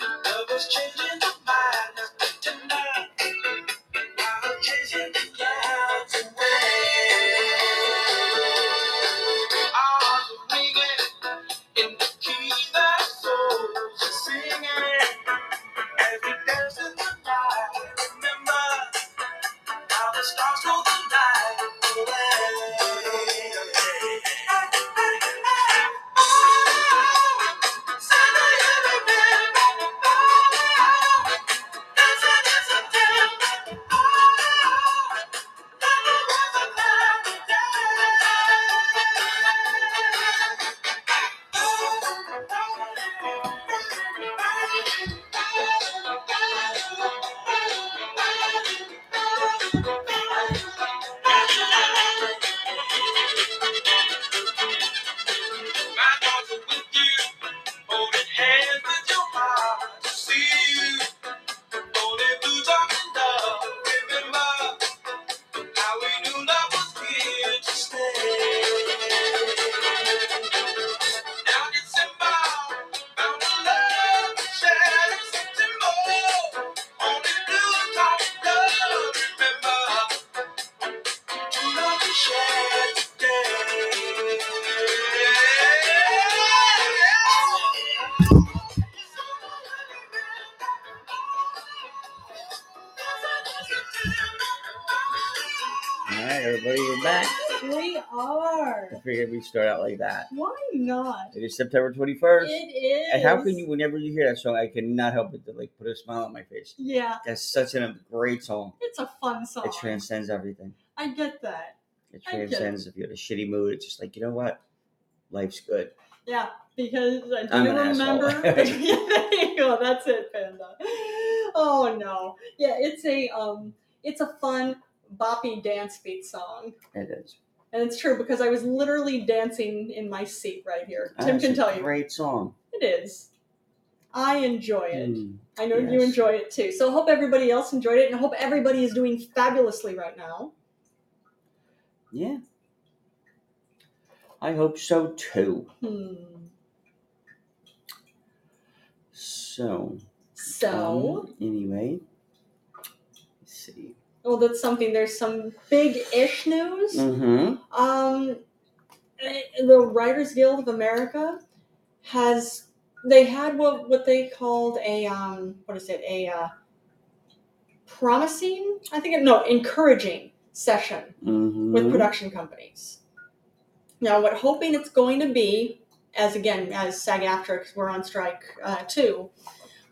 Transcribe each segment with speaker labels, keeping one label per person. Speaker 1: was changing the mind of the tonight. Now I'm changing the clouds away. Arms are ringing in the key that souls are singing. As we dance in the night, remember how the stars know the night away. Summer, you remember. My thoughts are with you, holding hands with your heart to see you. Only through dark and love, remember. How we knew love was here to stay. Now December found a love that shared something more. Only blue top love, remember to love and share today. All right, everybody, we're back. We are. I figured we'd start out like that. Why not? It is September 21st. It is. And how can you, whenever you hear that song, I cannot help but to like put a smile on my face. Yeah. That's such a great song. It's a fun song. It transcends everything. I get that. It I get it. transcends if you're in a shitty mood. It's just like, you know what? Life's good. Yeah, because I do I'm an remember. Asshole. yeah, there you go. That's it, Panda. Oh no. Yeah, it's a um it's a fun boppy dance beat song. It is. And it's true because I was literally dancing in my seat right here. Tim That's can a tell you. Ah, Great song. It is. I enjoy it. Mm, I know you yes. enjoy it too. So hope everybody else enjoyed it and hope everybody is doing fabulously right now. Yeah. I hope so too. Hmm. So.
Speaker 2: Hmm.
Speaker 1: So. um, anyway, let's see. Well, oh, that's something. There's some big ish news.
Speaker 2: Hmm.
Speaker 1: Mm-hmm. Um, eh, the Writers Guild of America has they had what what they called a um what is it a uh, promising I think no encouraging session with
Speaker 2: Mm-hmm.
Speaker 1: production companies. Now, what hoping it's going to be, as again as SAG-AFTRA, 'cause we're on strike uh, too,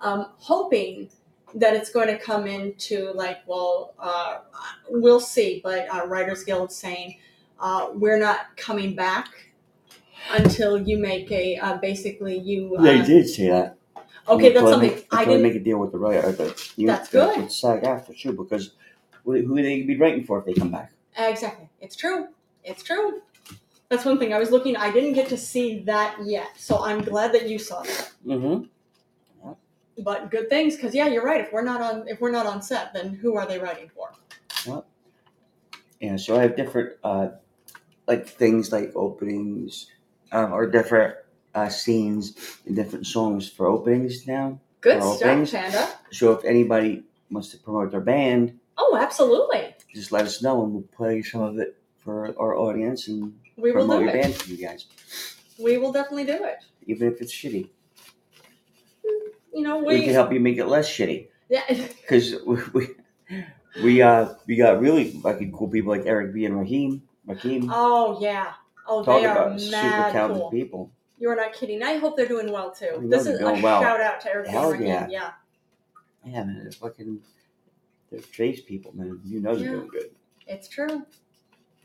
Speaker 1: um, hoping that it's going to come into like, well, uh, we'll see. But uh, Writers Guild saying uh, we're not coming back until you make a uh, basically you. Uh,
Speaker 2: They did say that.
Speaker 1: okay, that's
Speaker 2: Until I
Speaker 1: something
Speaker 2: make,
Speaker 1: I
Speaker 2: until I
Speaker 1: didn't.
Speaker 2: make a deal with the writer, the you
Speaker 1: That's good.
Speaker 2: With SAG after too, because who who are they gonna be writing for if they come back?
Speaker 1: Exactly, it's true. It's true. That's one thing I was looking. I didn't get to see that yet, so I'm glad that you saw that.
Speaker 2: Mm-hmm.
Speaker 1: But good things, because yeah, you're right. If we're not on, if we're not on set, then who are they writing for?
Speaker 2: Yep. Yeah. So I have different uh like things like openings, um, or different uh scenes and different songs for openings now.
Speaker 1: Good
Speaker 2: for
Speaker 1: stuff,
Speaker 2: openings.
Speaker 1: Panda.
Speaker 2: So if anybody wants to promote their band,
Speaker 1: Oh, absolutely.
Speaker 2: just let us know and we'll play some of it for our audience and
Speaker 1: We will
Speaker 2: promote
Speaker 1: do
Speaker 2: your
Speaker 1: it.
Speaker 2: band for you guys,
Speaker 1: We will definitely do it.
Speaker 2: even if it's shitty.
Speaker 1: You know,
Speaker 2: we can
Speaker 1: we
Speaker 2: help you make it less shitty
Speaker 1: yeah,
Speaker 2: because we, we we uh we got really fucking cool people like Eric B and Raheem Raheem
Speaker 1: Oh yeah. Oh,
Speaker 2: talk
Speaker 1: they are
Speaker 2: about super
Speaker 1: mad
Speaker 2: talented
Speaker 1: cool.
Speaker 2: people.
Speaker 1: You are not kidding. I hope they're doing well too.
Speaker 2: We know
Speaker 1: This
Speaker 2: they're
Speaker 1: is a
Speaker 2: doing well.
Speaker 1: shout out to Eric
Speaker 2: Hell
Speaker 1: Raheem.
Speaker 2: yeah,
Speaker 1: Yeah.
Speaker 2: yeah, man, they're fucking they're chase people, man. You know they're
Speaker 1: Yeah.
Speaker 2: doing good.
Speaker 1: It's true.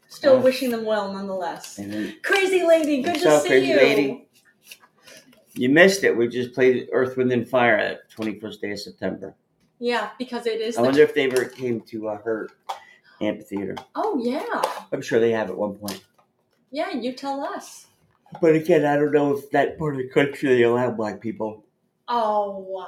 Speaker 1: Still
Speaker 2: Yeah.
Speaker 1: wishing them well nonetheless.
Speaker 2: And then
Speaker 1: Crazy lady, good to
Speaker 2: Yourself,
Speaker 1: see
Speaker 2: Crazy
Speaker 1: you.
Speaker 2: Lady. you missed it. We just played Earth, Wind, and Fire at twenty first day of September.
Speaker 1: Yeah, because it is
Speaker 2: I
Speaker 1: the
Speaker 2: wonder if they ever came to uh, her amphitheater.
Speaker 1: Oh yeah.
Speaker 2: I'm sure they have at one point.
Speaker 1: Yeah, you tell us.
Speaker 2: But again, I don't know if that part of the country they allow black people.
Speaker 1: Oh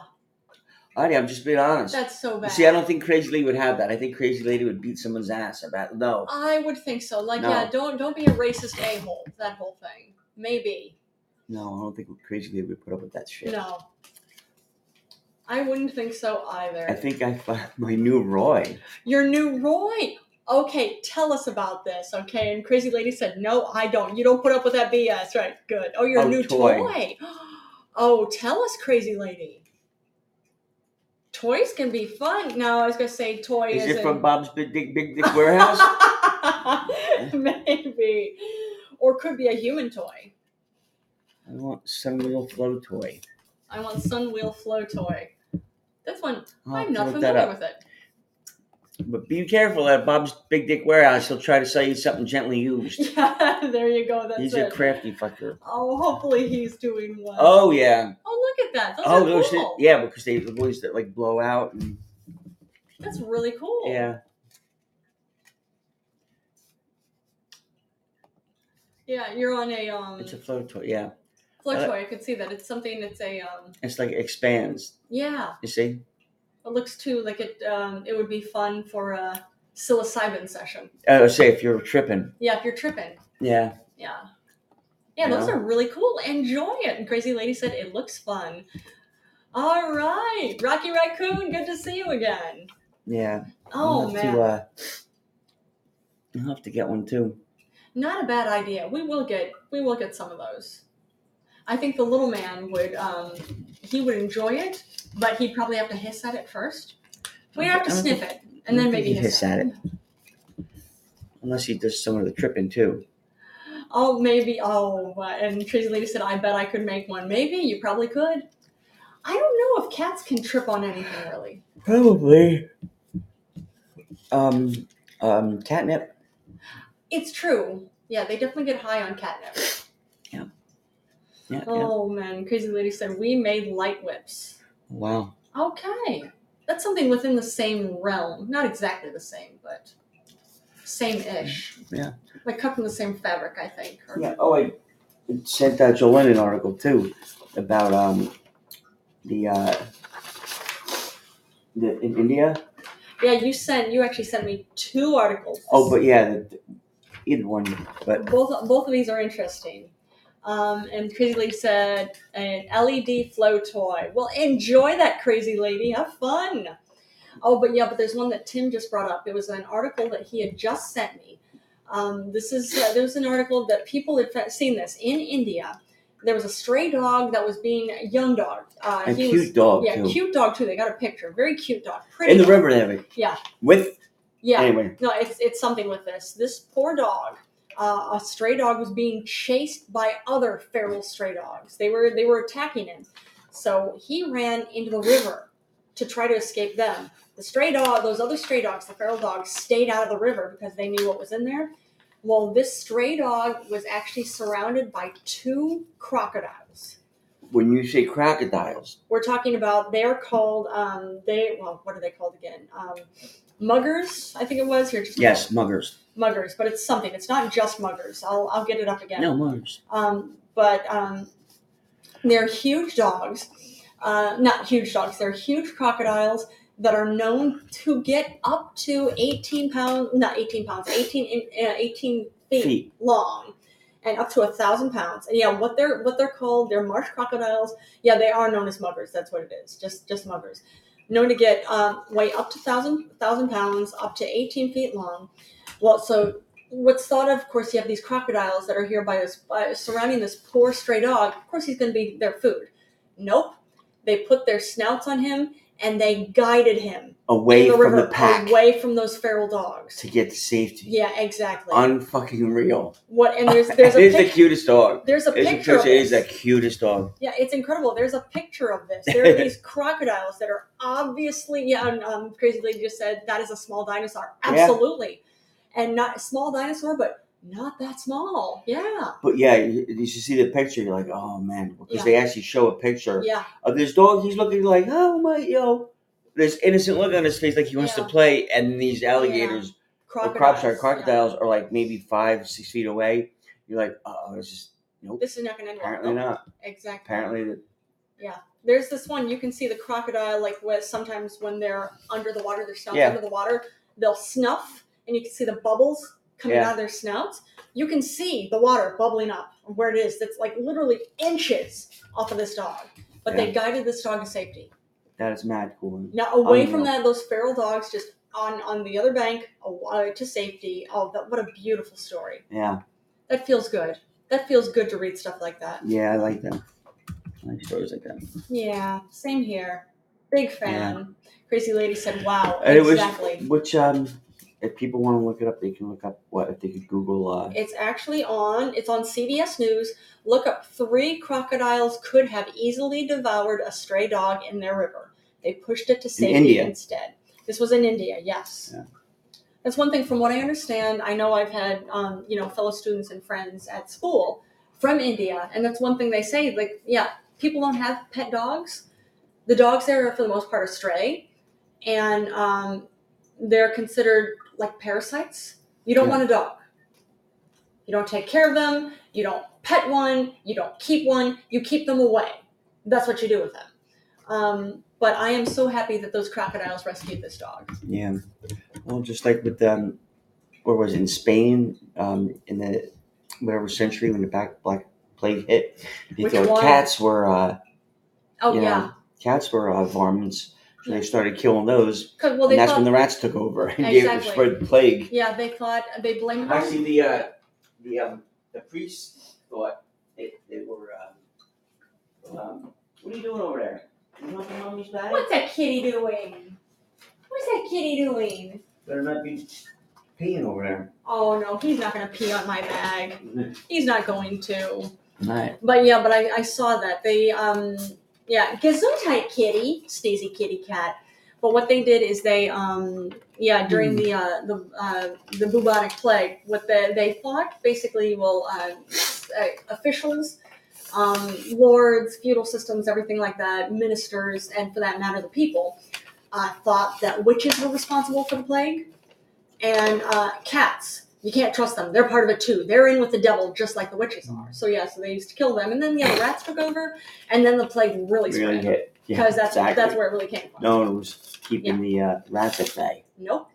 Speaker 2: Honey, I'm just being honest.
Speaker 1: that's so bad.
Speaker 2: See, I don't think Crazy Lady would have that. I think Crazy Lady would beat someone's ass about no.
Speaker 1: I would think so. Like
Speaker 2: No.
Speaker 1: yeah, don't don't be a racist a hole, that whole thing. Maybe.
Speaker 2: No, I don't think Crazy Lady would put up with that shit.
Speaker 1: No. I wouldn't think so either.
Speaker 2: I think I found my new Roy.
Speaker 1: Your new Roy. Okay, tell us about this. Okay, and Crazy Lady said, "No, I don't. You don't put up with that BS, right? Good. Oh, your
Speaker 2: Oh,
Speaker 1: new
Speaker 2: toy.
Speaker 1: toy. Oh, tell us, Crazy Lady. Toys can be fun. No, I was gonna say toy
Speaker 2: Is
Speaker 1: as
Speaker 2: it
Speaker 1: in-
Speaker 2: from Bob's Big Dick, Big Dick Warehouse?
Speaker 1: Maybe, or could be a human toy.
Speaker 2: I want Sunwheel Flow Toy.
Speaker 1: I want Sunwheel Flow toy. That's one
Speaker 2: I'll have
Speaker 1: I'm
Speaker 2: to
Speaker 1: not
Speaker 2: look
Speaker 1: familiar
Speaker 2: that up.
Speaker 1: with it.
Speaker 2: But be careful at Bob's Big Dick Warehouse. He'll try to sell you something gently used.
Speaker 1: Yeah, there you go. That's
Speaker 2: He's
Speaker 1: it.
Speaker 2: a crafty fucker.
Speaker 1: Oh, hopefully he's doing well.
Speaker 2: Oh yeah.
Speaker 1: Oh, look at that. Those
Speaker 2: oh,
Speaker 1: are
Speaker 2: those
Speaker 1: cool.
Speaker 2: yeah, because they the ones that like blow out and
Speaker 1: That's really cool.
Speaker 2: yeah.
Speaker 1: Yeah, you're on a um
Speaker 2: It's a flow toy. Yeah,
Speaker 1: floor
Speaker 2: uh,
Speaker 1: toy. I could see that. It's something that's a um
Speaker 2: it's like expands.
Speaker 1: yeah.
Speaker 2: You see,
Speaker 1: It looks too like it um it would be fun for a psilocybin session.
Speaker 2: I would Oh, say if you're tripping.
Speaker 1: Yeah, if you're tripping.
Speaker 2: Yeah,
Speaker 1: Yeah. Yeah, those
Speaker 2: Yeah.
Speaker 1: are really cool. Enjoy it. And Crazy Lady said it looks fun. All right. Rocky Raccoon, good to see you again.
Speaker 2: yeah. I'll
Speaker 1: Oh
Speaker 2: have
Speaker 1: man.
Speaker 2: To, uh, I'll have to get one too.
Speaker 1: Not a bad idea. We will get we will get some of those. I think the little man would um he would enjoy it, but he'd probably have to hiss at it first. We'd have to
Speaker 2: I don't
Speaker 1: sniff it and then
Speaker 2: I don't think
Speaker 1: maybe
Speaker 2: he'd hiss
Speaker 1: hiss,
Speaker 2: at it. Unless he does some of the tripping too.
Speaker 1: Oh, maybe. Oh, but- and Tracy Lady said, "I bet I could make one. Maybe you probably could. I don't know if cats can trip on anything really.
Speaker 2: Probably. Um, um, catnip.
Speaker 1: It's true. Yeah, they definitely get high on catnip.
Speaker 2: Yeah, yeah.
Speaker 1: Oh man, Crazy Lady said we made light whips.
Speaker 2: Wow.
Speaker 1: Okay. That's something within the same realm. Not exactly the same, but same ish.
Speaker 2: Mm-hmm. Yeah.
Speaker 1: Like cut from the same fabric, I think. or-
Speaker 2: Yeah. Oh, I sent out Joe Lennon article too about um the uh the in India.
Speaker 1: Yeah, you sent you actually sent me two articles.
Speaker 2: Oh, but yeah, the, either one. But
Speaker 1: both both of these are interesting. Um, and Crazy Lady said an LED flow toy. Well, enjoy that, Crazy Lady. Have fun. Oh, but yeah, but there's one that Tim just brought up. It was an article that he had just sent me. Um, this is uh, there was an article that people had fa- seen this in India. There was a stray dog that was being a young dog. Uh,
Speaker 2: a
Speaker 1: he
Speaker 2: cute
Speaker 1: was,
Speaker 2: dog
Speaker 1: yeah,
Speaker 2: too.
Speaker 1: cute dog too. They got a picture. Very cute dog. Pretty
Speaker 2: in the
Speaker 1: dog.
Speaker 2: river and everything.
Speaker 1: Yeah.
Speaker 2: With
Speaker 1: Yeah.
Speaker 2: anyway,
Speaker 1: No, it's it's something with this. This poor dog, uh, a stray dog was being chased by other feral stray dogs. They were they were attacking him, so he ran into the river to try to escape them. The stray dog, those other stray dogs, the feral dogs, stayed out of the river because they knew what was in there. Well, this stray dog was actually surrounded by two crocodiles.
Speaker 2: when you say crocodiles,
Speaker 1: We're talking about they're called um, they well what are they called again? Um, muggers, I think it was. Here, just
Speaker 2: yes, muggers.
Speaker 1: muggers, but it's something. It's not just muggers. I'll, I'll get it up again.
Speaker 2: No muggers.
Speaker 1: Um, but um, they're huge dogs. Uh, not huge dogs. They're huge crocodiles that are known to get up to 18 pounds, not 18 pounds, 18, in- uh, 18 feet,
Speaker 2: Feet.
Speaker 1: long and up to a thousand pounds. And yeah, what they're what they're called, they're marsh crocodiles. Yeah, they are known as muggers. That's what it is. Just just muggers. Known to get um, weigh up to thousand thousand pounds, up to 18 feet long. Well, so what's thought of, of course, you have these crocodiles that are here by us, by surrounding this poor stray dog. Of course, he's going to be their food. Nope. They put their snouts on him and they guided him
Speaker 2: Away
Speaker 1: in the
Speaker 2: from
Speaker 1: river,
Speaker 2: the pack
Speaker 1: away from those feral dogs.
Speaker 2: to get to safety.
Speaker 1: Yeah, exactly.
Speaker 2: Unfucking real.
Speaker 1: what? And there's there's a
Speaker 2: It is the
Speaker 1: pic-
Speaker 2: cutest dog.
Speaker 1: there's a
Speaker 2: It's a
Speaker 1: picture. of
Speaker 2: picture. It is the
Speaker 1: this.
Speaker 2: cutest dog.
Speaker 1: Yeah, it's incredible. There's a picture of this. There are these crocodiles that are obviously, yeah, and, um, Crazy Lady just said that is a small dinosaur.
Speaker 2: Yeah.
Speaker 1: Absolutely. And not a small dinosaur, but not that small. Yeah.
Speaker 2: But yeah, you, you should see the picture. You're like, oh man, because
Speaker 1: Yeah.
Speaker 2: they actually show a picture
Speaker 1: Yeah.
Speaker 2: of this dog. He's looking like, oh my, yo, this innocent look on his face, like he wants
Speaker 1: Yeah.
Speaker 2: to play. And these alligators, or crops are
Speaker 1: yeah.
Speaker 2: crocodiles, are like maybe five, six feet away. You're like, oh, this is nope.
Speaker 1: This is not going to end well.
Speaker 2: Apparently
Speaker 1: No,
Speaker 2: not.
Speaker 1: Exactly.
Speaker 2: Apparently, the,
Speaker 1: There's this one you can see the crocodile like what sometimes when they're under the water, their snout's
Speaker 2: Yeah.
Speaker 1: under the water, they'll snuff and you can see the bubbles coming
Speaker 2: Yeah.
Speaker 1: out of their snouts. You can see the water bubbling up where it is. That's like literally inches off of this dog. But they guided this dog to safety.
Speaker 2: That is mad cool.
Speaker 1: Now away
Speaker 2: Oh,
Speaker 1: from
Speaker 2: yeah.
Speaker 1: that, those feral dogs just on on the other bank, away to safety. Oh, that what a beautiful story.
Speaker 2: Yeah,
Speaker 1: That feels good. That feels good to read stuff like that.
Speaker 2: yeah, I like that.
Speaker 3: I suppose I can.
Speaker 1: Yeah, same here. Big fan. Crazy lady said, "Wow,
Speaker 2: And it was-
Speaker 1: exactly."
Speaker 2: Which um, if people want to look it up, they can look up what if they could Google uh,
Speaker 1: It's actually on. It's on CBS News. Look up three crocodiles could have easily devoured a stray dog in their river. They pushed it to safety
Speaker 2: India.
Speaker 1: instead. This was in India. Yes.
Speaker 2: Yeah.
Speaker 1: That's one thing. From what I understand, I know I've had um, you know fellow students and friends at school from India, and that's one thing they say. Like, yeah, people don't have pet dogs. The dogs there, are, for the most part, are stray, and um, they're considered like parasites. You don't
Speaker 2: Yeah.
Speaker 1: want a dog. You don't take care of them. You don't pet one. You don't keep one. You keep them away. That's what you do with them. Um, but I am so happy that those crocodiles rescued this dog.
Speaker 2: yeah. Well, just like with um, where was it in Spain um in the whatever century when the back black plague hit, they
Speaker 1: Which
Speaker 2: thought
Speaker 1: one?
Speaker 2: cats were uh
Speaker 1: Oh
Speaker 2: you know,
Speaker 1: yeah,
Speaker 2: cats were uh, varmints, so they started killing those,
Speaker 1: 'Cause- well they
Speaker 2: and that's
Speaker 1: thought
Speaker 2: when the rats took over and gave
Speaker 1: Exactly.
Speaker 2: spread the plague.
Speaker 1: yeah they thought they blamed them.
Speaker 3: Actually, the uh, the um, the priests thought they, they were um, um, what are you doing over there? You want the mommy's bag?
Speaker 1: What's that kitty doing? What's that kitty doing?
Speaker 3: Better not be peeing over there.
Speaker 1: Oh no, he's not gonna pee on my bag. He's not going to.
Speaker 2: Right.
Speaker 1: But yeah, but I, I saw that they um yeah Gesundheit kitty, Steezy kitty cat. But what they did is they um yeah during the uh the uh the bubonic plague what they they thought basically well uh, uh, officials. Um, lords, feudal systems, everything like that, ministers, and for that matter, the people uh, thought that witches were responsible for the plague, and uh, cats. You can't trust them. They're part of it too. They're in with the devil, just like the witches are. So yeah, so they used to kill them, and then yeah, the rats took over, and then the plague really
Speaker 2: Really
Speaker 1: spread
Speaker 2: hit. Yeah,
Speaker 1: because that's
Speaker 2: exactly.
Speaker 1: that's where it really came from.
Speaker 2: no one was keeping the uh, rats at bay.
Speaker 1: Nope.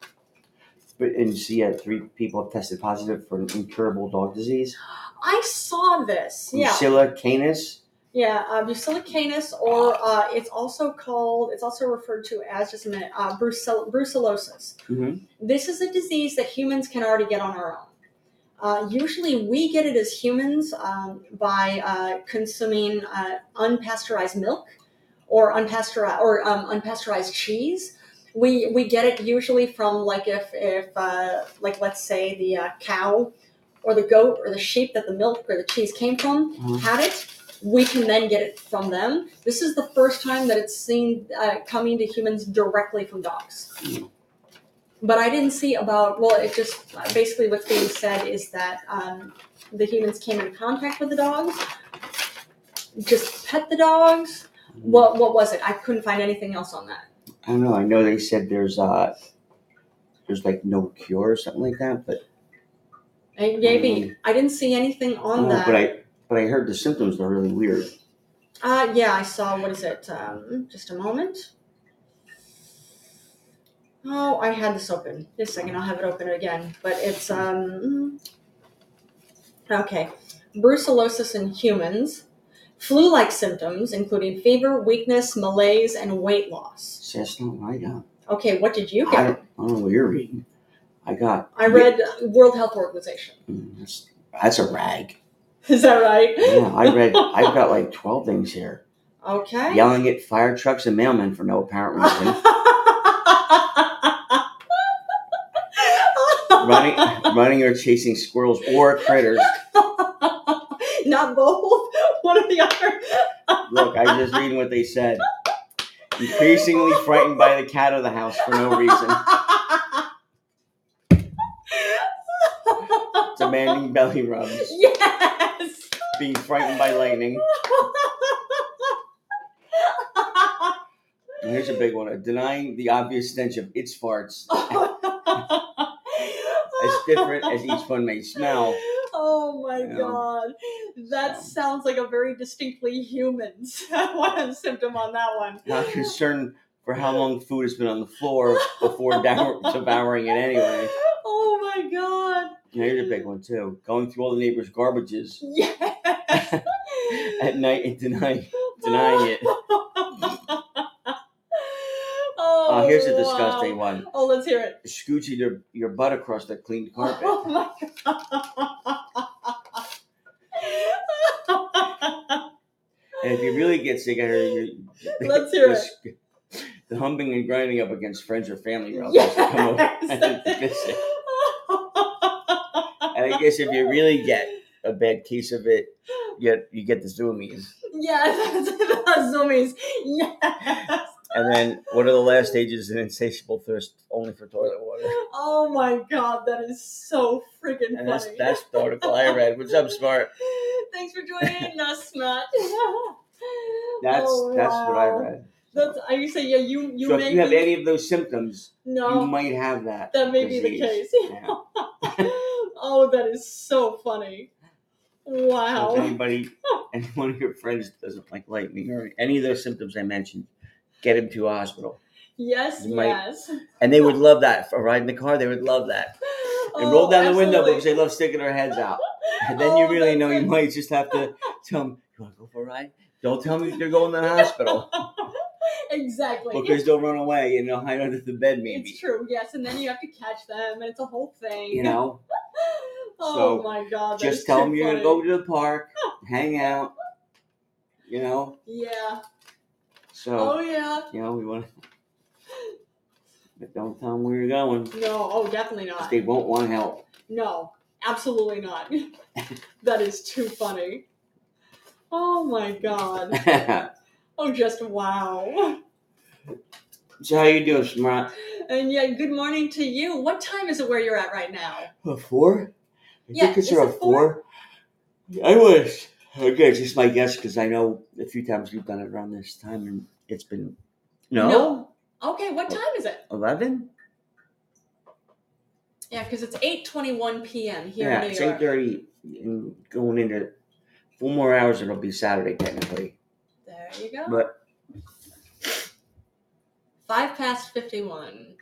Speaker 2: But and see, uh, three people tested positive for an incurable dog disease:
Speaker 1: I saw this. Yeah,
Speaker 2: Brucella canis.
Speaker 1: yeah. Uh, Brucella canis, or uh, it's also called. It's also referred to as just a minute. Uh, Brucell- brucellosis.
Speaker 2: Mm-hmm.
Speaker 1: this is a disease that humans can already get on our own. Uh, usually, we get it as humans um, by uh, consuming uh, unpasteurized milk or unpasteurized or um, unpasteurized cheese. We we get it usually from like if if uh, like let's say the uh, cow or the goat or the sheep that the milk or the cheese came from
Speaker 2: Mhm.
Speaker 1: had it. We can then get it from them. This is the first time that it's seen uh, coming to humans directly from dogs but I didn't see about. Well, it just basically what's being said is that um, the humans came in contact with the dogs, just pet the dogs.
Speaker 2: Hmm.
Speaker 1: What what was it? I couldn't find anything else on that.
Speaker 2: I don't know. I know they said there's uh, there's like no cure or something like that, but
Speaker 1: And maybe I didn't see anything on
Speaker 2: Hmm. Oh,
Speaker 1: that.
Speaker 2: but I but I heard the symptoms are really weird.
Speaker 1: Uh, yeah, I saw. What is it? Um, just a moment. Oh, I had this open. Just a second, I'll have it open again. But it's um. mm. Okay, brucellosis in humans, flu-like symptoms including fever, weakness, malaise, and weight loss.
Speaker 2: See, that's not what I got.
Speaker 1: Okay, what did you
Speaker 2: I,
Speaker 1: get?
Speaker 2: don't, I don't know what you're reading. I got.
Speaker 1: I read World Health Organization.
Speaker 2: Mm, That's, that's a rag.
Speaker 1: Is that right?
Speaker 2: Yeah, I read. I've got like twelve things here.
Speaker 1: Okay.
Speaker 2: yelling at fire trucks and mailmen for no apparent reason, running, running or chasing squirrels or critters.
Speaker 1: Not both. One or the other.
Speaker 2: Look, I was just reading what they said. Increasingly frightened by the cat of the house for no reason, demanding belly rubs,
Speaker 1: yes.
Speaker 2: being frightened by lightning. And here's a big one: denying the obvious stench of its farts, as different as each one may smell.
Speaker 1: Oh my
Speaker 2: Yeah.
Speaker 1: god. That
Speaker 2: So.
Speaker 1: sounds like a very distinctly human one symptom on that one.
Speaker 2: Not concerned for how long food has been on the floor before devour- devouring it anyway.
Speaker 1: Oh my god.
Speaker 2: And here's a big one too: going through all the neighbors' garbages
Speaker 1: Yes.
Speaker 2: at night and denying denying it. Oh, here's a
Speaker 1: wow.
Speaker 2: disgusting one.
Speaker 1: Oh, let's hear it.
Speaker 2: Scooching your, your butt across the clean carpet.
Speaker 1: Oh my god.
Speaker 2: And if you really get sick of her, you,
Speaker 1: Let's hear
Speaker 2: the,
Speaker 1: it.
Speaker 2: sc- the humping and grinding up against friends or family relatives.
Speaker 1: Yes.
Speaker 2: to Come over. and kiss it. And I guess if you really get a bad case of it, you, you get the zoomies.
Speaker 1: yes, zoomies. Yes.
Speaker 2: And then what are the last stages? An insatiable thirst only for toilet water.
Speaker 1: Oh my god, that is so freaking
Speaker 2: And that's
Speaker 1: funny.
Speaker 2: that's the article I read. What's up, smart?
Speaker 1: Thanks for joining us, Matt.
Speaker 2: That's
Speaker 1: Oh,
Speaker 2: that's what I
Speaker 1: wow.
Speaker 2: read.
Speaker 1: That's I you say yeah, you you
Speaker 2: so
Speaker 1: may
Speaker 2: if you have
Speaker 1: be-
Speaker 2: any of those symptoms, you
Speaker 1: no
Speaker 2: might have that.
Speaker 1: that may be the
Speaker 2: disease.
Speaker 1: case.
Speaker 2: Yeah. So
Speaker 1: oh, that is so funny.
Speaker 2: if
Speaker 1: Wow.
Speaker 2: anybody, any one of your friends doesn't like lightning or any of those symptoms I mentioned, get him to a hospital.
Speaker 1: Yes,
Speaker 2: You might-
Speaker 1: yes.
Speaker 2: And they would love that. For a ride in the car, they would love that. And
Speaker 1: Oh,
Speaker 2: roll down the window because
Speaker 1: absolutely.
Speaker 2: they love sticking their heads out. And then you
Speaker 1: Oh,
Speaker 2: really
Speaker 1: that's
Speaker 2: know you
Speaker 1: it.
Speaker 2: might just have to tell them, you want to go for a ride? Don't tell me they're going to the hospital
Speaker 1: Exactly.
Speaker 2: because they'll run away and they'll hide under the bed
Speaker 1: it's
Speaker 2: maybe.
Speaker 1: true, yes, and then you have to catch them and it's a whole thing.
Speaker 2: You know,
Speaker 1: oh
Speaker 2: so
Speaker 1: my god. Oh, that is
Speaker 2: just tell
Speaker 1: too
Speaker 2: them you're going to
Speaker 1: funny.
Speaker 2: go to the park, hang out, you know.
Speaker 1: Yeah.
Speaker 2: So,
Speaker 1: Oh yeah.
Speaker 2: you know, we want to. But don't tell them where you're going.
Speaker 1: No, oh definitely not.
Speaker 2: They won't want help.
Speaker 1: No, absolutely not. that is too funny. Oh my god. Oh just wow.
Speaker 2: so how you doing, Smart?
Speaker 1: And yeah, good morning to you. What time is it where you're at right now?
Speaker 2: A four? I
Speaker 1: Yeah,
Speaker 2: think it's
Speaker 1: is
Speaker 2: around
Speaker 1: it four?
Speaker 2: four. I wish. Okay, it's just my guess because I know a few times we've done it around this time and it's been. No? Oh.
Speaker 1: Okay, what time is it?
Speaker 2: 11?
Speaker 1: Yeah, because it's 8:21 p.m. here
Speaker 2: yeah,
Speaker 1: in New
Speaker 2: it's
Speaker 1: York.
Speaker 2: 8.30 and going into four more hours it'll be Saturday technically.
Speaker 1: There you go.
Speaker 2: But-
Speaker 1: 5 past 51.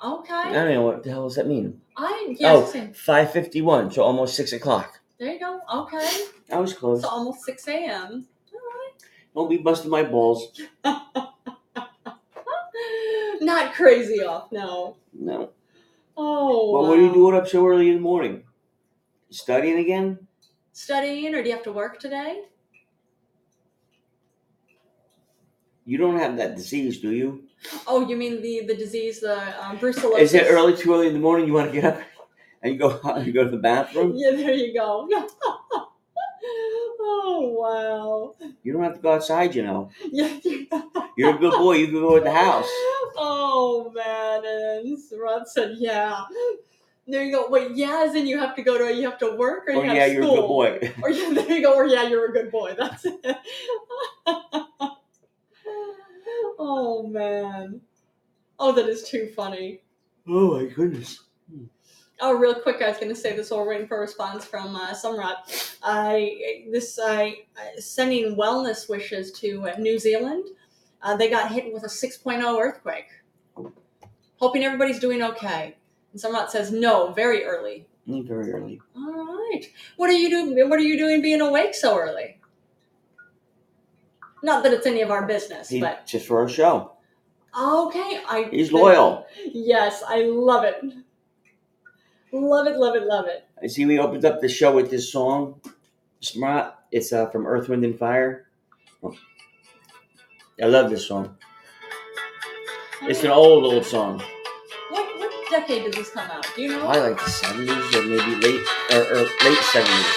Speaker 2: I
Speaker 1: Okay.
Speaker 2: don't know what the hell does that mean.
Speaker 1: I
Speaker 2: Oh,
Speaker 1: yes. same.
Speaker 2: 5.51, so almost 6 o'clock.
Speaker 1: There you go. Okay.
Speaker 2: I was close.
Speaker 1: It's almost 6 a.m. All right.
Speaker 2: Don't be busting my balls.
Speaker 1: Not crazy off, no.
Speaker 2: No.
Speaker 1: Oh.
Speaker 2: Well, what are you
Speaker 1: wow.
Speaker 2: doing up so early in the morning? Studying again?
Speaker 1: Studying, or do you have to work today?
Speaker 2: You don't have that disease, do you?
Speaker 1: Oh, you mean the the disease, the um, brucellosis?
Speaker 2: Is it early, too early in the morning? You want to get up and you go out and go to the bathroom?
Speaker 1: Yeah, there you go. oh wow.
Speaker 2: You don't have to go outside, you know.
Speaker 1: Yeah.
Speaker 2: You're a good boy. You can go to the house.
Speaker 1: Oh man, and Rod said, "Yeah." There you go. Wait, yeah, as in you have to go to you have to work or,
Speaker 2: Or
Speaker 1: you have
Speaker 2: Oh, yeah, you're a
Speaker 1: school.
Speaker 2: good boy.
Speaker 1: Or yeah, there you go. Or yeah, you're a good boy. That's it. oh man. Oh, that is too funny.
Speaker 2: Oh my goodness.
Speaker 1: Oh, real quick, I was going to say this while we're waiting for a response from uh, Sumrat. I this I I- sending wellness wishes to uh, New Zealand. Uh, they got hit with a 6.0 earthquake. Hoping everybody's doing okay. And Sumrat says no, very early.
Speaker 2: Mm, Very early.
Speaker 1: All right. What are you doing? What are you doing being awake so early? Not that it's any of our business,
Speaker 2: He,
Speaker 1: but
Speaker 2: just for our show.
Speaker 1: okay. I
Speaker 2: He's loyal.
Speaker 1: Yes, I love it. Love it, love it, love it.
Speaker 2: I see we opened up the show with this song. Smart. It's uh, from Earth, Wind, and Fire. I love this song. It's an old, old song.
Speaker 1: What what decade did this come out? Do you know?
Speaker 2: I like the 70s or maybe late or, or late 70s.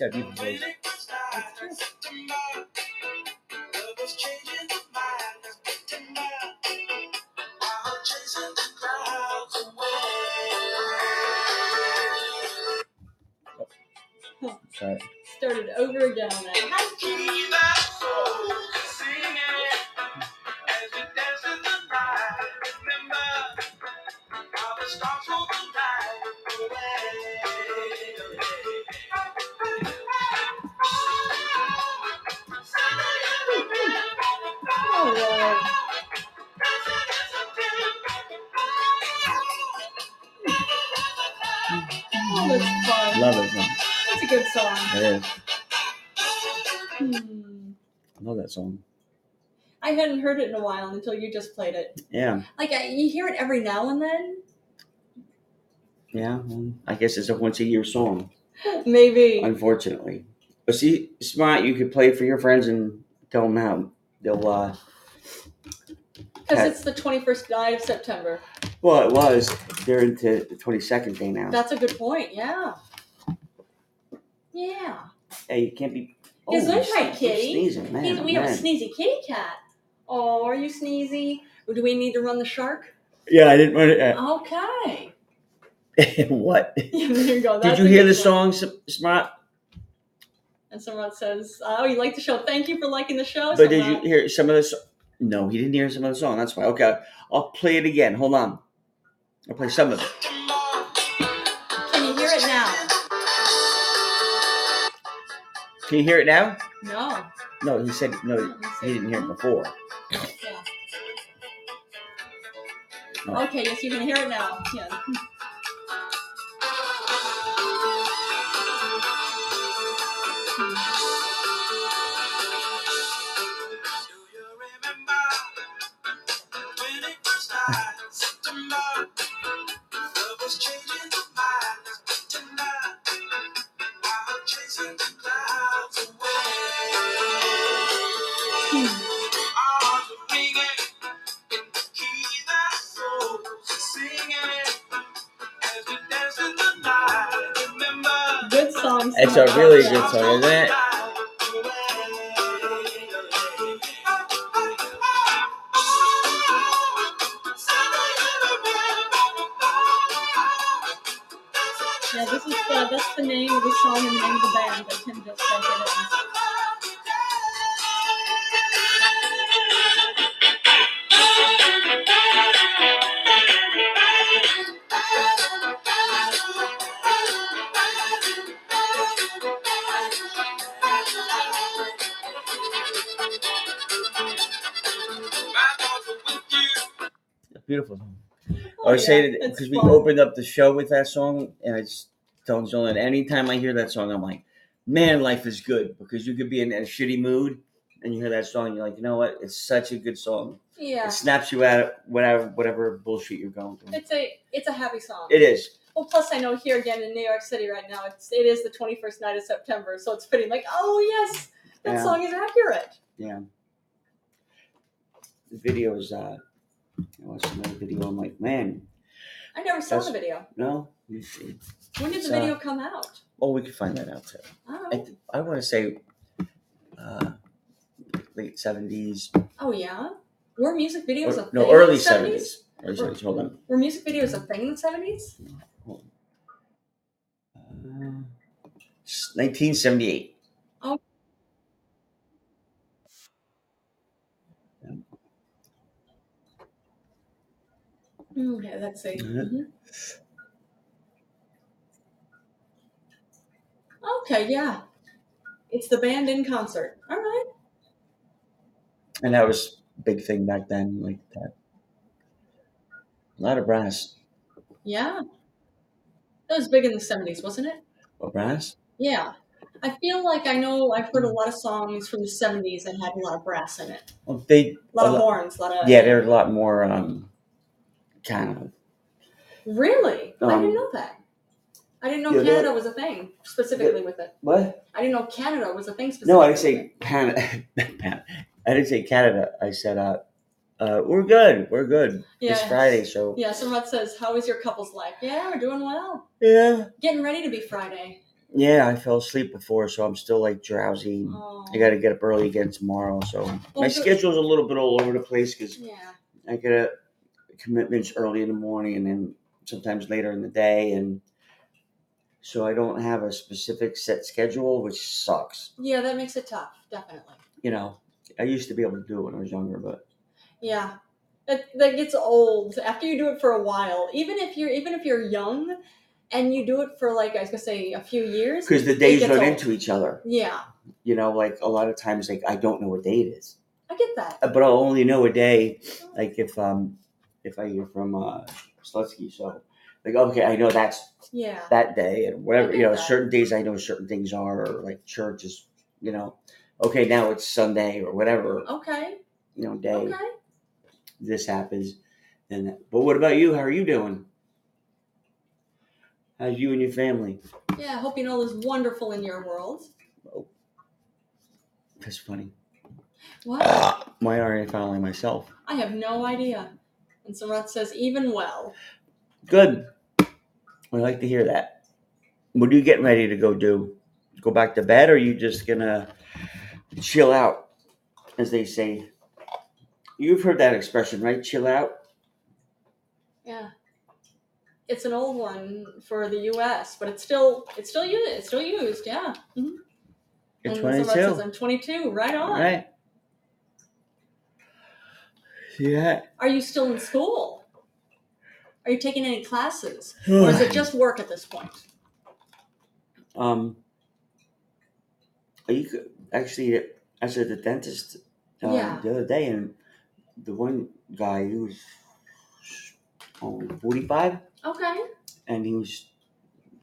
Speaker 2: Yeah, beautiful voice. Sorry.
Speaker 1: Started over again on that. All right. Oh, that's fun.
Speaker 2: Love it.
Speaker 1: That's a good song.
Speaker 2: It is.
Speaker 1: Hmm.
Speaker 2: I love that song.
Speaker 1: I hadn't heard it in a while until you just played it.
Speaker 2: Yeah,
Speaker 1: Like I, you hear it every now and then.
Speaker 2: yeah. well, I guess it's a once a year song,
Speaker 1: Maybe.
Speaker 2: unfortunately. But see, smart, you could play it for your friends and tell them how they'll. uh
Speaker 1: Because it's the 21st night of September.
Speaker 2: Well, it was. They're into the twenty second day now.
Speaker 1: That's a good point. Yeah. Yeah.
Speaker 2: hey, you can't be.
Speaker 1: Is that
Speaker 2: he's-
Speaker 1: right,
Speaker 2: he's
Speaker 1: kitty?
Speaker 2: Sneezing, man.
Speaker 1: He's-
Speaker 2: oh,
Speaker 1: we have a
Speaker 2: man.
Speaker 1: sneezy kitty cat. Oh, are you sneezy? Or Do we need to run the shark?
Speaker 2: yeah, I didn't want to.
Speaker 1: Okay.
Speaker 2: what?
Speaker 1: there you go.
Speaker 2: Did
Speaker 1: That's
Speaker 2: you
Speaker 1: a
Speaker 2: hear
Speaker 1: good
Speaker 2: the
Speaker 1: one.
Speaker 2: song, S- Smart?
Speaker 1: And someone says, "Oh, you like the show? Thank you for liking the show." uh,
Speaker 2: But did you
Speaker 1: Someone-
Speaker 2: hear some of the? So- no, he didn't hear some of the song. That's why. Okay, I'll play it again. Hold on. I'll play some of it.
Speaker 1: Can you hear it now?
Speaker 2: Can you hear it now?
Speaker 1: No.
Speaker 2: No, he said no.
Speaker 1: Let me see.
Speaker 2: He Oh, didn't hear it before. Oh.
Speaker 1: Okay. Yes, you can hear it now. Yeah. Good song.
Speaker 3: It's a
Speaker 1: Simon.
Speaker 3: really
Speaker 1: Yeah.
Speaker 3: good song, isn't it?
Speaker 1: Yeah, this is the, that's the name of the song and the name of the band that Tim just said it is.
Speaker 2: A beautiful song.
Speaker 1: Oh,
Speaker 2: I was saying
Speaker 1: yeah,
Speaker 2: it
Speaker 1: it's
Speaker 2: because we
Speaker 1: fun.
Speaker 2: opened up the show with that song, and I just tell Jolene anytime I hear that song, I'm like, man, life is good because you could be in a shitty mood and you hear that song, you're like, you know what? It's such a good song.
Speaker 1: Yeah,
Speaker 2: It snaps you out of whatever whatever bullshit you're going through.
Speaker 1: it's a it's a happy song.
Speaker 2: It is.
Speaker 1: well, plus I know here again in New York City right now, it's it is the twenty first night of September, so it's fitting. Like, oh yes, that
Speaker 2: Yeah.
Speaker 1: song is accurate.
Speaker 2: The video is. Uh, I watched another video. I'm like, man,
Speaker 1: I never saw
Speaker 2: That's-
Speaker 1: the video.
Speaker 2: no. Let me see.
Speaker 1: When did the
Speaker 2: it's, uh,
Speaker 1: video come out?
Speaker 2: Oh, we could find that out too.
Speaker 1: Oh,
Speaker 2: I, I want to say uh, late seventies,
Speaker 1: oh yeah, were music
Speaker 2: no,
Speaker 1: videos a thing in the
Speaker 2: early
Speaker 1: 70s?
Speaker 2: seventies. Early seventies. Hold on.
Speaker 1: Were music videos a thing in the seventies?
Speaker 2: S- 1978.
Speaker 1: Oh. Okay, let's see.
Speaker 2: Mhm.
Speaker 1: Mhm. Okay, yeah, it's the band in concert. All right.
Speaker 2: And that was a big thing back then, like that. A lot of brass.
Speaker 1: Yeah. That was big in the 70s, wasn't it?
Speaker 2: Or brass?
Speaker 1: Yeah. I feel like I know I've heard a lot of songs from the 70s that had a lot of brass in it.
Speaker 2: Well, they,
Speaker 1: A lot
Speaker 2: A
Speaker 1: of
Speaker 2: lot-
Speaker 1: horns, a lot of.
Speaker 2: yeah, they're a lot more um, kind of.
Speaker 1: Really? I
Speaker 2: Um,
Speaker 1: didn't know that. I didn't know
Speaker 2: yeah, they're-
Speaker 1: Canada was a thing specifically with it.
Speaker 2: What?
Speaker 1: I didn't know Canada was a thing specifically.
Speaker 2: No, I didn't
Speaker 1: with
Speaker 2: say
Speaker 1: it.
Speaker 2: Canada. I didn't say Canada. I said, uh, uh, we're good. We're good. It's
Speaker 1: Yeah.
Speaker 2: Friday, so.
Speaker 1: Yeah, Samrat says, How is your couple's life? Yeah, we're doing well.
Speaker 2: Yeah.
Speaker 1: Getting ready to be Friday.
Speaker 2: Yeah, I fell asleep before, so I'm still like drowsy.
Speaker 1: Oh.
Speaker 2: I got to get up early again tomorrow, so my
Speaker 1: good.
Speaker 2: schedule's a little bit all over the place because
Speaker 1: Yeah.
Speaker 2: I get a commitments early in the morning and then sometimes later in the day, and so I don't have a specific set schedule, which sucks.
Speaker 1: Yeah, that makes it tough, definitely.
Speaker 2: You know, I used to be able to do it when I was younger, but
Speaker 1: Yeah. That, that gets old after you do it for a while. Even if you're even if you're young and you do it for like I was gonna say a few years.
Speaker 2: because the days
Speaker 1: gets
Speaker 2: run
Speaker 1: old.
Speaker 2: into each other,
Speaker 1: Yeah.
Speaker 2: you know, like a lot of times, like I don't know what day it is,
Speaker 1: I get that.
Speaker 2: Uh, but I'll only know a day, like if um if I hear from uh Slutsky, so like okay, I know that's
Speaker 1: Yeah.
Speaker 2: that day and whatever
Speaker 1: get
Speaker 2: you know
Speaker 1: that.
Speaker 2: certain days i know certain things are or like church is you know okay now it's sunday or whatever
Speaker 1: Okay.
Speaker 2: you know day
Speaker 1: Okay.
Speaker 2: this happens and that. but what about you how are you doing how's you and your family
Speaker 1: Yeah. I hope you know this wonderful in your world.
Speaker 2: that's funny
Speaker 1: What?
Speaker 2: my rna finally myself
Speaker 1: I have no idea. And Sarat says, even well.
Speaker 2: good i like to hear that what are you getting ready to go do go back to bed or are you just gonna chill out as they say you've heard that expression right chill out
Speaker 1: Yeah. It's an old one for the U.S., but it's still it's still used. It's still used. Yeah. Mhm.
Speaker 2: You're
Speaker 1: and Sarat
Speaker 2: 22.
Speaker 1: says, I'm 22. Right on.
Speaker 2: Right. See that?
Speaker 1: Are you still in school? Are you taking any classes, or is it just work at this point?
Speaker 2: um, are you could actually. I was at the dentist uh,
Speaker 1: Yeah.
Speaker 2: the other day, and the one guy he was oh, 45,
Speaker 1: Okay.
Speaker 2: and he was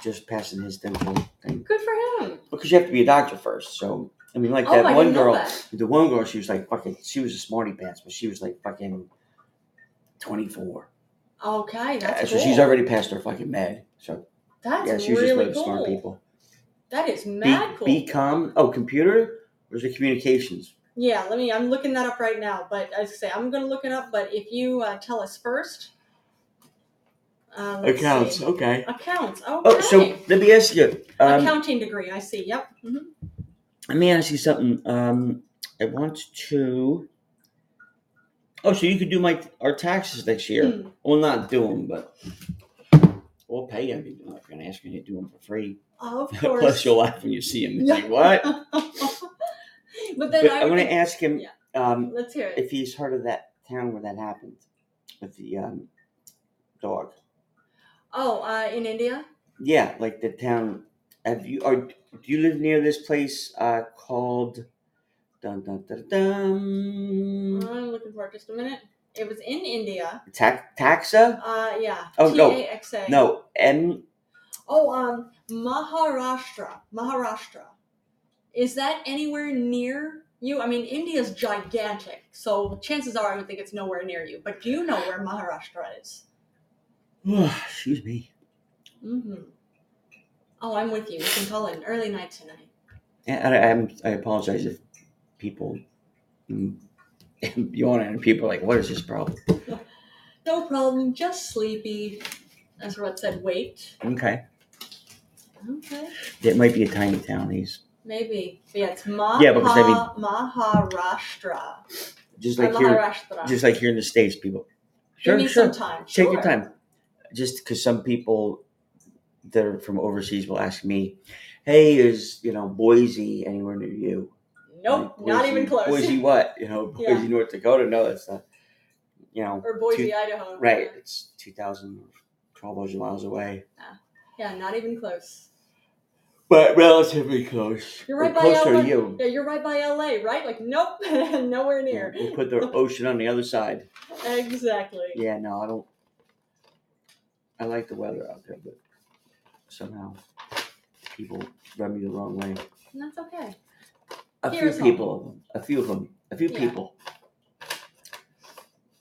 Speaker 2: just passing his dental thing
Speaker 1: Good for him.
Speaker 2: because you have to be a doctor first. So I mean, like
Speaker 1: Oh,
Speaker 2: that
Speaker 1: I
Speaker 2: one
Speaker 1: didn't know
Speaker 2: girl,
Speaker 1: that.
Speaker 2: the one girl, she was like fucking. She was a smarty pants, but she was like fucking 24.
Speaker 1: Okay, that's
Speaker 2: Yeah,
Speaker 1: cool.
Speaker 2: So she's already passed her fucking med. So
Speaker 1: That's
Speaker 2: yeah, she was
Speaker 1: really
Speaker 2: just one
Speaker 1: cool.
Speaker 2: of the smart people.
Speaker 1: That is
Speaker 2: B,
Speaker 1: mad cool.
Speaker 2: BCom, oh, computer, or is it communications?
Speaker 1: Yeah, let me. I'm looking that up right now. But as I say, I'm going to look it up. But if you uh, tell us first, uh, let's
Speaker 2: Accounts,
Speaker 1: see.
Speaker 2: okay.
Speaker 1: Accounts. Okay.
Speaker 2: Oh, so let me ask you. Um,
Speaker 1: Accounting degree. I see. Yep. Mhm.
Speaker 2: let me ask you something. Um, I want to. Oh, so you could do my our taxes next year.
Speaker 1: Hmm.
Speaker 2: Well, not do them, but we'll pay them. You're not going to ask me to do them for free.
Speaker 1: Of course.
Speaker 2: Plus, you'll laugh when you see him.
Speaker 1: Yeah.
Speaker 2: Like, what?
Speaker 1: but then
Speaker 2: But
Speaker 1: I
Speaker 2: I'm
Speaker 1: would
Speaker 2: going
Speaker 1: think-
Speaker 2: to ask him.
Speaker 1: yeah.
Speaker 2: Um,
Speaker 1: Let's hear it.
Speaker 2: if he's heard of that town where that happened with the um, dog.
Speaker 1: Oh, uh, in India.
Speaker 2: Yeah, like the town. Have you are do you live near this place uh, called? Dun, dun, dun, dun,
Speaker 1: I'm looking for it. Just a minute. It was in India.
Speaker 2: Ta- taxa?
Speaker 1: Uh, yeah.
Speaker 2: Oh, no.
Speaker 1: T-A-X-A.
Speaker 2: No, M.
Speaker 1: Oh, um, Maharashtra. Maharashtra. Is that anywhere near you? I mean, India's gigantic, so chances are I would think it's nowhere near you. But do you know where Maharashtra is?
Speaker 2: oh, excuse me.
Speaker 1: Mm-hmm. Oh, I'm with you. You can call it an early night tonight.
Speaker 2: Yeah, I, I'm, I apologize if people mm, yawn and people are like, "What is this problem?"
Speaker 1: No problem. Just sleepy. As Rod said, wait.
Speaker 2: Okay,
Speaker 1: Okay.
Speaker 2: it might be a tiny town. He's
Speaker 1: Maybe. Yeah, it's Maha,
Speaker 2: Yeah, because I mean-
Speaker 1: Maharashtra.
Speaker 2: just
Speaker 1: Or
Speaker 2: like here,
Speaker 1: Maharashtra.
Speaker 2: just like here in the states, people.
Speaker 1: Give
Speaker 2: Sure,
Speaker 1: me some
Speaker 2: sure.
Speaker 1: time.
Speaker 2: Take
Speaker 1: Sure.
Speaker 2: your time. Just because some people that are from overseas will ask me, "Hey, is you know Boise anywhere near you?"
Speaker 1: Nope,
Speaker 2: Like,
Speaker 1: not
Speaker 2: Boise-
Speaker 1: even close.
Speaker 2: Boise, what? You know, Boise,
Speaker 1: Yeah.
Speaker 2: North Dakota. No, it's not. You know,
Speaker 1: or Boise,
Speaker 2: two-
Speaker 1: Idaho.
Speaker 2: right? It's two thousand, twelve hundred miles away,
Speaker 1: Yeah, not even close.
Speaker 2: but relatively close.
Speaker 1: You're
Speaker 2: We're
Speaker 1: right by
Speaker 2: closer
Speaker 1: LA.
Speaker 2: to you.
Speaker 1: Yeah, you're right by LA, right? Like, nope, nowhere near.
Speaker 2: We put the ocean on the other side.
Speaker 1: Exactly.
Speaker 2: Yeah, no, I don't. I like the weather out there, but somehow people run me the wrong way.
Speaker 1: And that's okay.
Speaker 2: A
Speaker 1: Here's
Speaker 2: few people, of them. a few of them, a few
Speaker 1: Yeah.
Speaker 2: people.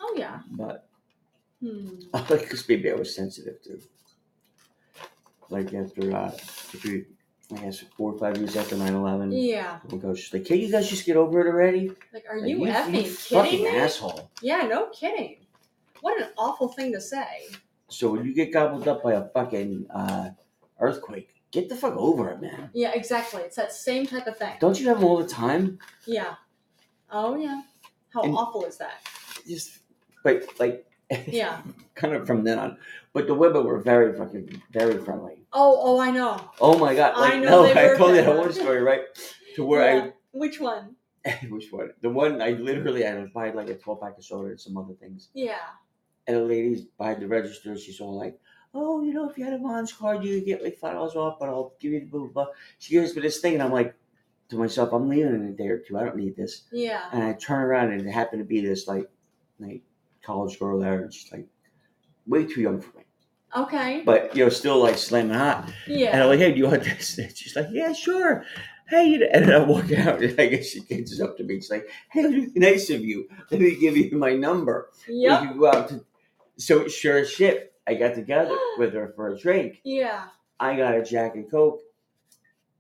Speaker 1: Oh, yeah.
Speaker 2: But
Speaker 1: Hmm.
Speaker 2: I like because maybe I was sensitive to. Like after, uh, if you, I guess, four or five years after 9 11,
Speaker 1: Yeah.
Speaker 2: we'll go, she's like, can't you guys just get over it already?
Speaker 1: Like, are
Speaker 2: Like,
Speaker 1: you effing kidding
Speaker 2: fucking
Speaker 1: me?
Speaker 2: asshole.
Speaker 1: Yeah, no kidding. What an awful thing to say.
Speaker 2: So when you get gobbled up by a fucking uh, earthquake, get the fuck over it, man.
Speaker 1: Yeah, exactly. It's that same type of thing.
Speaker 2: Don't you have them all the time?
Speaker 1: Yeah. Oh, yeah. How
Speaker 2: And-
Speaker 1: awful is that?
Speaker 2: Just, but like,
Speaker 1: Yeah.
Speaker 2: kind of from then on. But the women were very fucking, very friendly.
Speaker 1: Oh, oh, I know.
Speaker 2: Oh my god!
Speaker 1: I
Speaker 2: Like,
Speaker 1: know
Speaker 2: no,
Speaker 1: they
Speaker 2: I
Speaker 1: were
Speaker 2: told you that
Speaker 1: friendly.
Speaker 2: one story, right? To where
Speaker 1: Yeah. Which one?
Speaker 2: I, which one? The one I literally, I was buying like a twelve pack of soda and some other things,
Speaker 1: Yeah.
Speaker 2: and the lady's behind the register. She's all like, "Oh, you know, if you had a Vons card, you could get like five dollars off, but I'll give you the blah blah." blah." She gives me this thing, and I'm like, to myself, "I'm leaving in a day or two. I don't need this."
Speaker 1: Yeah.
Speaker 2: And I turn around, and it happened to be this like, like college girl there, and she's like, way too young for me.
Speaker 1: Okay.
Speaker 2: but you know, still like slamming hot. And
Speaker 1: Yeah.
Speaker 2: I'm like, hey, do you want this? And she's like, yeah, sure. Hey, you know, and then I walk out, and I guess she catches up to me. She's like, hey, really nice of you. Let me give you my number. We
Speaker 1: Yep.
Speaker 2: can go out to-" So sure as shit, I got together with her for a drink.
Speaker 1: Yeah.
Speaker 2: I got a Jack and Coke,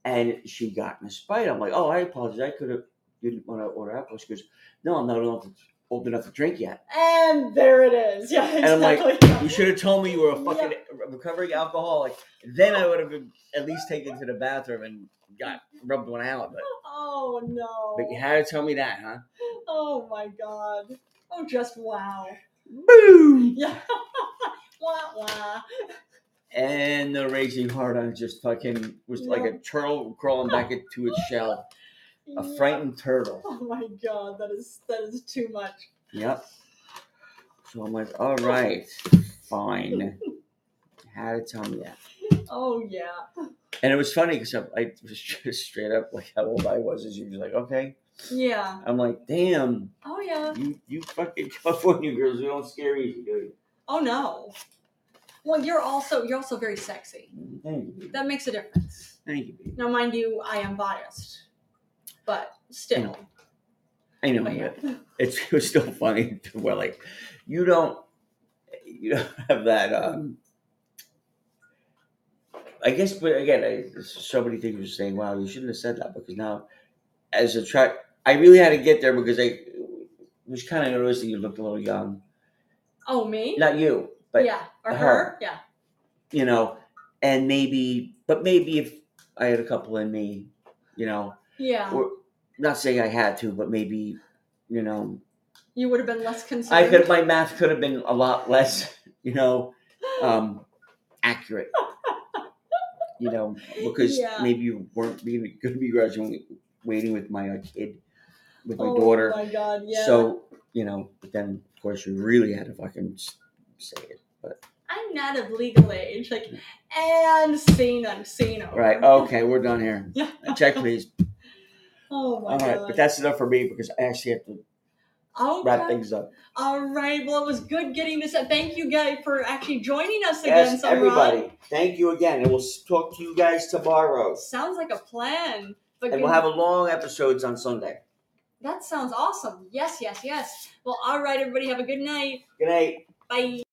Speaker 2: and she got in a spite. I'm like, oh, I apologize. I could have didn't want to order alcohol. She goes, no, I'm not old enough to, old enough to drink yet.
Speaker 1: And there it is. Yeah. Exactly.
Speaker 2: I'm like, You should have told me you were a fucking recovering alcoholic. Then I would have been at least taken to the bathroom and got rubbed one out. But,
Speaker 1: Oh no.
Speaker 2: but you had to tell me that, huh?
Speaker 1: Oh my god. Oh, just wow.
Speaker 2: Boo!
Speaker 1: Yeah. wah wah.
Speaker 2: And the raging hard on just fucking was like a turtle crawling back into its shell, a
Speaker 1: Yeah.
Speaker 2: frightened turtle.
Speaker 1: Oh my god, that is that is too much.
Speaker 2: Yep. So I'm like, all right, fine. Had to tell me that.
Speaker 1: Oh yeah.
Speaker 2: And it was funny because I, I was just straight up like how old I was, and she was like, okay.
Speaker 1: Yeah.
Speaker 2: I'm like, damn.
Speaker 1: Oh yeah.
Speaker 2: You you fucking California girls, you don't scare easy, do
Speaker 1: Oh no. Well, you're also you're also very sexy.
Speaker 2: you? Thank you. baby.
Speaker 1: That makes a difference.
Speaker 2: Thank you. baby.
Speaker 1: Now, mind you, I am biased, but still.
Speaker 2: I Mm, know,
Speaker 1: Oh, yeah.
Speaker 2: but uh, it's it was still funny. Well, like you don't you don't have that. um I guess, but again, I, there's so many things were saying, "Wow, you shouldn't have said that," because now, as a track, I really had to get there because I was kind of noticing you looked a little young.
Speaker 1: Oh me?
Speaker 2: Not you, but uh-huh.
Speaker 1: yeah. Or
Speaker 2: her.
Speaker 1: her? Yeah.
Speaker 2: you know, and maybe, but maybe if I had a couple in me, you know,
Speaker 1: Yeah.
Speaker 2: or not saying I had to, but maybe, you know,
Speaker 1: you would have been less concerned.
Speaker 2: I could, my math could have been a lot less, you know, um, accurate, you know, because
Speaker 1: Yeah.
Speaker 2: maybe you weren't being, going to be graduating, waiting with my uh, kid, with my
Speaker 1: oh,
Speaker 2: daughter.
Speaker 1: my god. Yeah.
Speaker 2: So, you know, but then of course you really had to fucking s- say it.
Speaker 1: I'm not of legal age. Like, and seen them, seen them.
Speaker 2: Right. oh. Okay. We're done here.
Speaker 1: Yeah.
Speaker 2: Check, please.
Speaker 1: Oh my
Speaker 2: All
Speaker 1: god.
Speaker 2: right, but that's enough for me because I actually have to
Speaker 1: okay.
Speaker 2: wrap things up.
Speaker 1: All right. Well, it was good getting this. Thank you guys for actually joining us again,
Speaker 2: Yes,
Speaker 1: Samrat.
Speaker 2: everybody, thank you again, and we'll s- talk to you guys tomorrow.
Speaker 1: Sounds like a plan. But
Speaker 2: And we'll
Speaker 1: good-
Speaker 2: have a long episodes on Sunday.
Speaker 1: that sounds awesome. Yes, yes, yes. Well, all right, everybody. Have a good night.
Speaker 2: Good night.
Speaker 1: Bye.